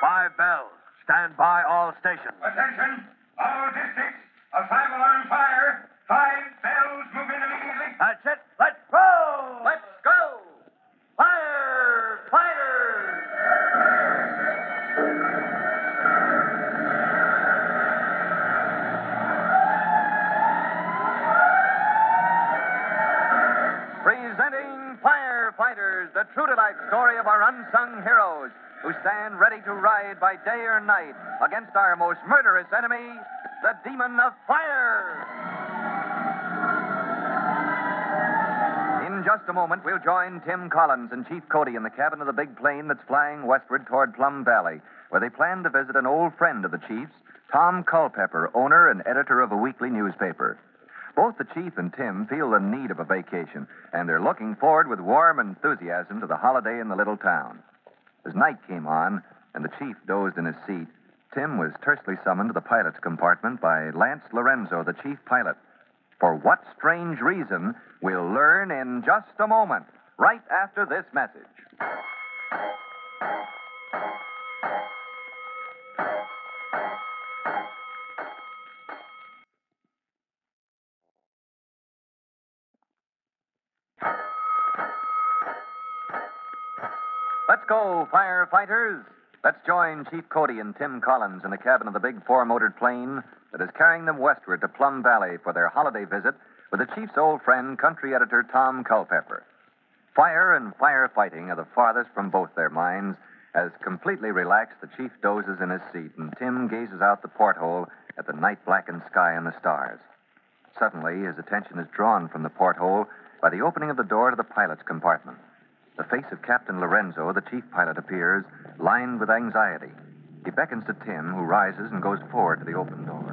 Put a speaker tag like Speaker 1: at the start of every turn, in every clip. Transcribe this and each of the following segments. Speaker 1: five bells. Stand by all stations.
Speaker 2: Attention, all districts. A five alarm fire. Five bells move in immediately.
Speaker 1: That's it. Let's roll! Let's go! Fire! Fire! Presenting Firefighters, the true to life story of our unsung heroes who stand ready to ride by day or night against our most murderous enemy, the demon of fire. In just a moment, we'll join Tim Collins and Chief Cody in the cabin of the big plane that's flying westward toward Plum Valley, where they plan to visit an old friend of the chief's, Tom Culpepper, owner and editor of a weekly newspaper. Both the chief and Tim feel the need of a vacation, and they're looking forward with warm enthusiasm to the holiday in the little town. As night came on and the chief dozed in his seat, Tim was tersely summoned to the pilot's compartment by Lance Lorenzo, the chief pilot. For what strange reason, we'll learn in just a moment, right after this message. Let's go, firefighters! Let's join Chief Cody and Tim Collins in the cabin of the big four motored plane that is carrying them westward to Plum Valley for their holiday visit with the chief's old friend, country editor Tom Culpepper. Fire and firefighting are the farthest from both their minds. As completely relaxed, the chief dozes in his seat, and Tim gazes out the porthole at the night blackened sky and the stars. Suddenly, his attention is drawn from the porthole by the opening of the door to the pilot's compartment. The face of Captain Lorenzo, the chief pilot, appears, lined with anxiety. He beckons to Tim, who rises and goes forward to the open door.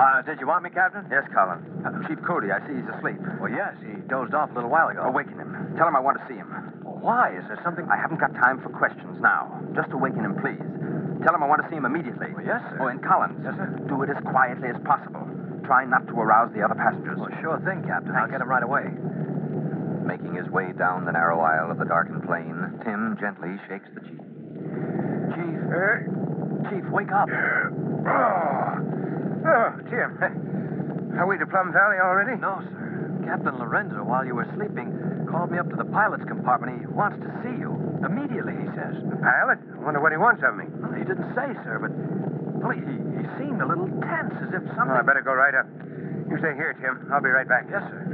Speaker 1: Uh, did you want me, Captain? Yes, Collins. Uh, chief Cody, I see he's asleep. Well, yes, he dozed off a little while ago. Awaken him. Tell him I want to see him. Why? Is there something? I haven't got time for questions now. Just awaken him, please. Tell him I want to see him immediately. yes, sir. Oh, and Collins. Yes, sir. Do it as quietly as possible. Try not to arouse the other passengers. Well, sure thing, Captain. I'll get him right away. Making his way down the narrow aisle of the darkened plane, Tim gently shakes the chief. Chief,
Speaker 3: Uh,
Speaker 1: Chief, wake up.
Speaker 3: Oh, oh Tim. Are we to Plum Valley already?
Speaker 1: No, sir. Captain Lorenzo, while you were sleeping, called me up to the pilot's compartment. He wants to see you. Immediately, he says.
Speaker 3: Pilot? I wonder what he wants of me.
Speaker 1: Well, he didn't say, sir, but well, he, he seemed a little tense, as if
Speaker 3: Oh, I
Speaker 1: something.
Speaker 3: better go right up. You stay here, Tim. I'll be right back.
Speaker 1: Yes, sir.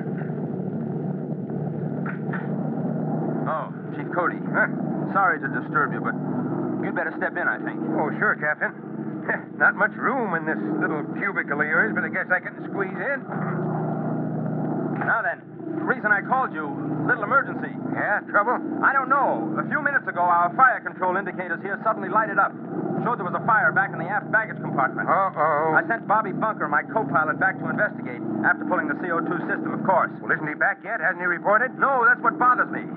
Speaker 1: Oh, Chief Cody.
Speaker 3: Huh?
Speaker 1: Sorry to disturb you, but you'd better step in, I think.
Speaker 3: Oh, sure, Captain. Not much room in this little cubicle of yours, but I guess I can squeeze in.
Speaker 1: Now then, the reason I called you, little emergency.
Speaker 3: Yeah, trouble?
Speaker 1: I don't know. A few minutes ago, our fire control indicators here suddenly lighted up. Showed there was a fire back in the aft baggage compartment.
Speaker 3: Uh-oh.
Speaker 1: I sent Bobby Bunker, my co-pilot, back to investigate. After pulling the CO2 system, of course.
Speaker 3: Well, isn't he back yet? Hasn't he reported?
Speaker 1: No, that's what bothers me.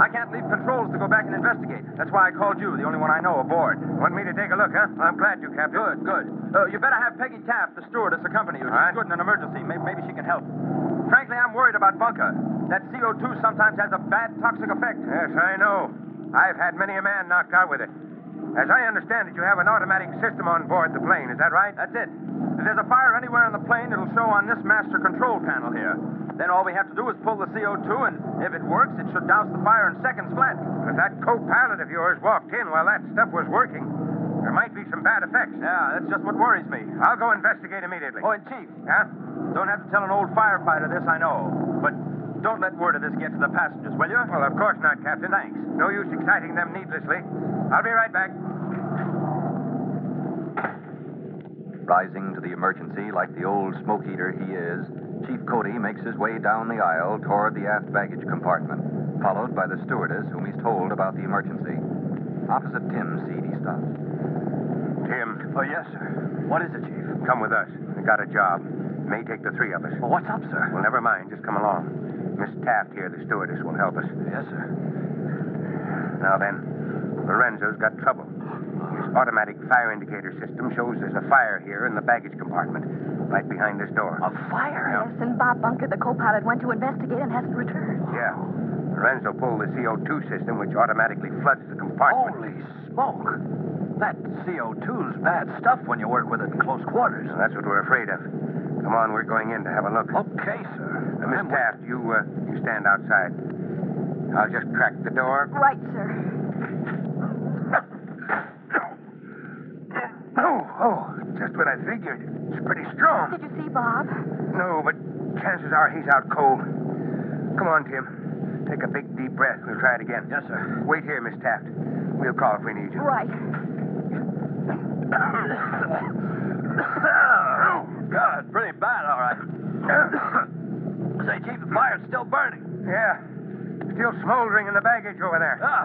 Speaker 1: I can't leave controls to go back and investigate. That's why I called you, the only one I know aboard.
Speaker 3: Want me to take a look, huh? I'm glad you, Captain.
Speaker 1: Good, good. Uh, you better have Peggy Taft, the stewardess, accompany you. She's
Speaker 3: right.
Speaker 1: good in an emergency. Maybe, maybe she can help. Frankly, I'm worried about Bunker. That CO2 sometimes has a bad toxic effect.
Speaker 3: Yes, I know. I've had many a man knocked out with it. As I understand it, you have an automatic system on board the plane. Is that right?
Speaker 1: That's it. If there's a fire anywhere on the plane, it'll show on this master control panel here. Then all we have to do is pull the CO2, and if it works, it should douse the fire in seconds flat.
Speaker 3: But that co-pilot of yours walked in while that stuff was working. There might be some bad effects.
Speaker 1: Yeah, that's just what worries me.
Speaker 3: I'll go investigate immediately.
Speaker 1: Oh, and Chief,
Speaker 3: Huh?
Speaker 1: don't have to tell an old firefighter this, I know. But don't let word of this get to the passengers, will you?
Speaker 3: Well, of course not, Captain.
Speaker 1: Thanks.
Speaker 3: No use exciting them needlessly. I'll be right back.
Speaker 1: Rising to the emergency like the old smoke eater he is, Chief Cody makes his way down the aisle toward the aft baggage compartment, followed by the stewardess whom he's told about the emergency. Opposite Tim's seat, he stops.
Speaker 3: Tim,
Speaker 1: Oh, yes, sir. What is it, Chief?
Speaker 3: come with us. I got a job. May take the three of us.
Speaker 1: what's up, sir?
Speaker 3: Well, never mind. Just come along. Miss Taft here, the stewardess, will help us.
Speaker 1: Yes, sir.
Speaker 3: Now then, Lorenzo's got trouble. His automatic fire indicator system shows there's a fire here in the baggage compartment, right behind this door.
Speaker 1: A fire?
Speaker 4: Yes, and Bob Bunker, the co pilot, went to investigate and hasn't returned.
Speaker 3: Yeah. Lorenzo pulled the CO2 system, which automatically floods the compartment.
Speaker 1: smoke. That CO2's bad stuff when you work with it in close quarters.
Speaker 3: Now, that's what we're afraid of. Come on, we're going in to have a look.
Speaker 1: Okay, sir.
Speaker 3: Uh, Miss
Speaker 1: I'm with-
Speaker 3: Taft, you, uh, you stand outside. I'll just crack the door.
Speaker 4: Right, sir.
Speaker 3: Oh, oh, just what I figured. It's pretty strong.
Speaker 4: Did you see Bob?
Speaker 3: No, but chances are he's out cold. Come on, Tim. Take a big, deep breath. We'll try it again.
Speaker 1: Yes, sir.
Speaker 3: Wait here, Miss Taft. We'll call if we need you.
Speaker 4: Right.
Speaker 1: oh, God, pretty bad, all right. Say, Chief, the fire's still burning.
Speaker 3: Yeah. Still smoldering in the baggage over there.
Speaker 1: Ah,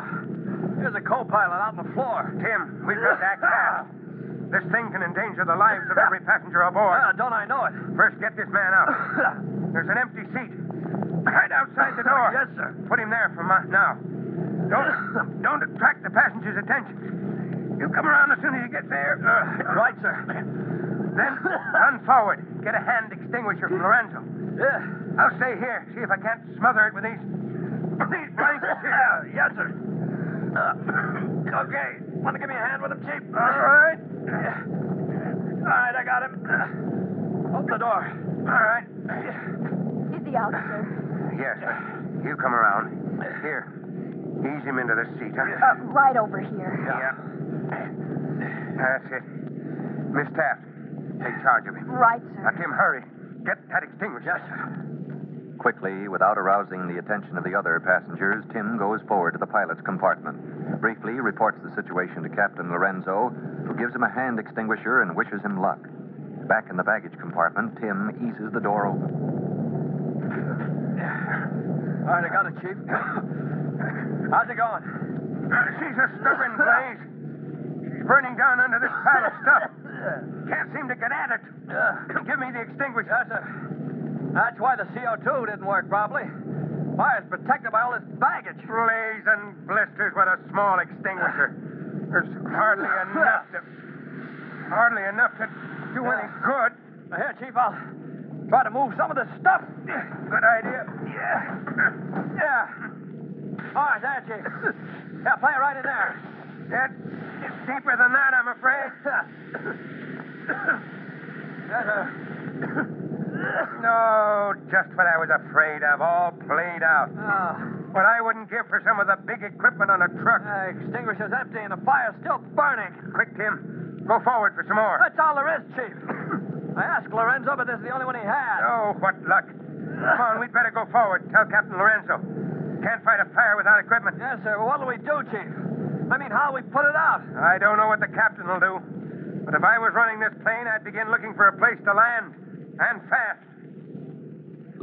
Speaker 1: there's a co-pilot out on the floor.
Speaker 3: Tim, we've got to act fast. This thing can endanger the lives of every passenger aboard.
Speaker 1: Ah, don't I know it?
Speaker 3: First, get this man out. There's an empty seat. Right outside the door.
Speaker 1: Yes, sir.
Speaker 3: Put him there for my, now. Don't, don't attract the passengers' attention. You come around as soon as you get there. Uh,
Speaker 1: Right, sir.
Speaker 3: Then run forward. Get a hand extinguisher from Lorenzo.
Speaker 1: Yeah.
Speaker 3: I'll stay here. See if I can't smother it with these these blankets
Speaker 1: Yeah,
Speaker 3: here.
Speaker 1: yes, sir. Uh, okay. Want to give me a hand with him, Chief?
Speaker 3: All right.
Speaker 1: All right, I got him. Uh, Open the door.
Speaker 3: All right.
Speaker 4: Is he out, sir?
Speaker 3: Yes. You come around. Here. Ease him into the seat, huh?
Speaker 4: Uh, right over here.
Speaker 3: Yeah. That's it. Miss Taft, take charge of him.
Speaker 4: Right,
Speaker 3: Now,
Speaker 4: sir.
Speaker 3: Tim, hurry. Get that extinguisher. Yes,
Speaker 5: Quickly, without arousing the attention of the other passengers, Tim goes forward to the pilot's compartment. Briefly reports the situation to Captain Lorenzo, who gives him a hand extinguisher and wishes him luck. Back in the baggage compartment, Tim eases the door open.
Speaker 1: All right, I got it, Chief. How's it going?
Speaker 3: She's a stubborn blaze. She's burning down under this pile of stuff. Can't seem to get at it. Give me the extinguisher.
Speaker 1: Yes, sir. That's why the CO2 didn't work properly. Fire's protected by all this baggage.
Speaker 3: Blaze and blisters with a small extinguisher. There's hardly enough to. Hardly enough to do any good.
Speaker 1: Now, Here, Chief, I'll try to move some of this stuff.
Speaker 3: Good idea.
Speaker 1: Yeah. Yeah. All right, there, Chief. Yeah, play it right in there.
Speaker 3: It, it's deeper than that, I'm afraid.
Speaker 1: Yes, sir.
Speaker 3: No, just what I was afraid of. All played out.
Speaker 1: Oh,
Speaker 3: What I wouldn't give for some of the big equipment on a truck.
Speaker 1: the extinguisher's empty and the fire's still burning.
Speaker 3: Quick, Tim. Go forward for some more.
Speaker 1: That's all there is, Chief. I asked Lorenzo, but this is the only one he had.
Speaker 3: Oh, what luck. Come on, we'd better go forward. Tell Captain Lorenzo. Can't fight a fire without equipment.
Speaker 1: Yes, sir. Well, what do we do, Chief? I mean, how do we put it out?
Speaker 3: I don't know what the captain will do. But if I was running this plane, I'd begin looking for a place to land. And fast.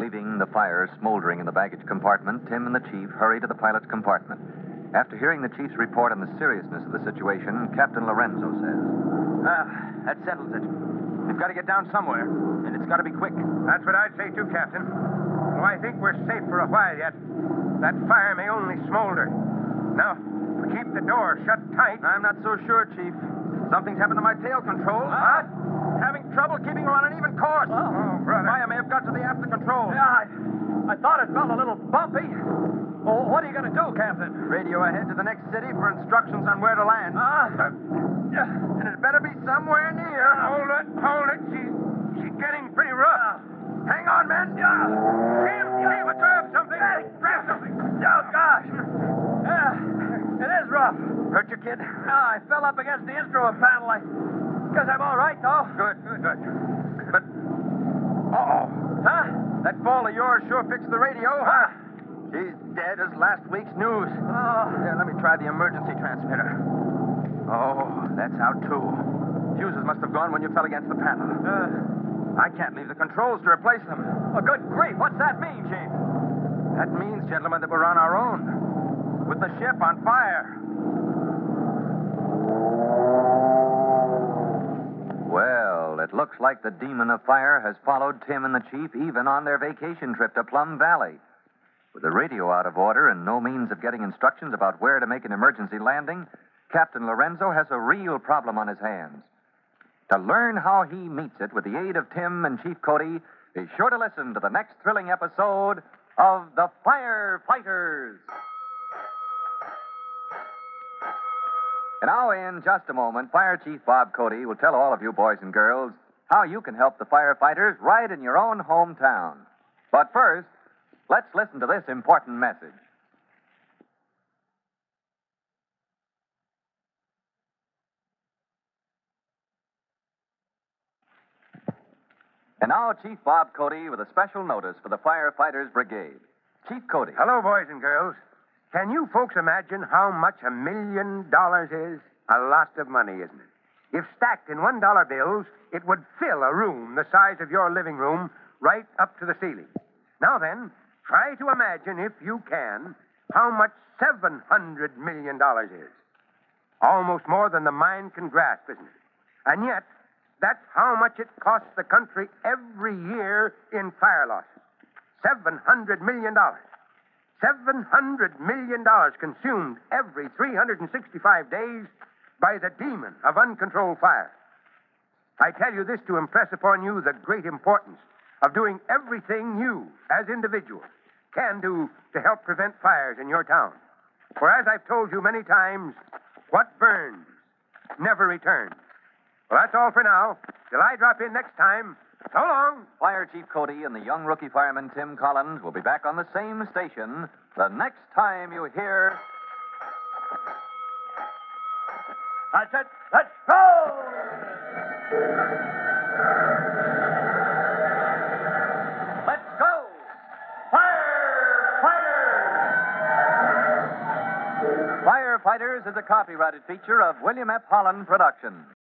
Speaker 5: Leaving the fire smoldering in the baggage compartment, Tim and the chief hurry to the pilot's compartment. After hearing the chief's report on the seriousness of the situation, Captain Lorenzo says,
Speaker 1: Uh, that settles it. We've got to get down somewhere, and it's got to be quick.
Speaker 3: That's what I'd say, too, Captain. Though I think we're safe for a while yet. That fire may only smolder. Now, if we keep the door shut tight.
Speaker 1: I'm not so sure, Chief. Something's happened to my tail controls.
Speaker 3: What?
Speaker 1: Having trouble keeping her on an even course.
Speaker 3: Ah. Oh, brother.
Speaker 1: Fire may have got to the after controls. Yeah, I, I thought it felt a little bumpy. Well, what are you going to do, Captain? Radio ahead to the next city for instructions on where to land. Ah. and it better be somewhere near.
Speaker 3: Hold it, hold it. She's, she's getting pretty rough.
Speaker 1: Hang on, men.
Speaker 3: Tim, Tim, grab something. Grab something.
Speaker 1: Oh, gosh. Yeah, it is rough. Hurt you, kid? No, I fell up against the instrument panel. I guess I'm all right, though.
Speaker 3: Good, good, good. But, uh-oh.
Speaker 1: Huh?
Speaker 3: That ball of yours sure fixed the radio, huh?
Speaker 1: She's dead as last week's news. Oh. Here, let me try the emergency transmitter. Oh, that's out, too. Fuses must have gone when you fell against the panel. I can't leave the controls to replace them. Oh, good grief. What's that mean, Chief? That means, gentlemen, that we're on our own. With the ship on fire.
Speaker 5: Well, it looks like the demon of fire has followed Tim and the chief even on their vacation trip to Plum Valley. With the radio out of order and no means of getting instructions about where to make an emergency landing, Captain Lorenzo has a real problem on his hands. To learn how he meets it with the aid of Tim and Chief Cody, be sure to listen to the next thrilling episode of The Firefighters. And now, in just a moment, Fire Chief Bob Cody will tell all of you boys and girls how you can help the firefighters right in your own hometown. But first, let's listen to this important message. And now, Chief Bob Cody with a special notice for the Firefighters Brigade. Chief Cody.
Speaker 3: Hello, boys and girls. Can you folks imagine how much a million dollars is? A lot of money, isn't it? If stacked in $1 bills, it would fill a room the size of your living room right up to the ceiling. Now then, try to imagine, if you can, how much $700 million is. Almost more than the mind can grasp, isn't it? And yet, that's how much it costs the country every year in fire losses. $700 million. $700 million consumed every 365 days by the demon of uncontrolled fire. I tell you this to impress upon you the great importance of doing everything you, as individuals, can do to help prevent fires in your town. For as I've told you many times, what burns never returns. Well, that's all for now. Till I drop in next time, so long.
Speaker 5: Fire Chief Cody and the young rookie fireman Tim Collins will be back on the same station the next time you hear.
Speaker 1: That's it. Let's go!
Speaker 5: Let's go!
Speaker 1: Fire! Fire!
Speaker 5: Firefighters is a copyrighted feature of William F. Holland Productions.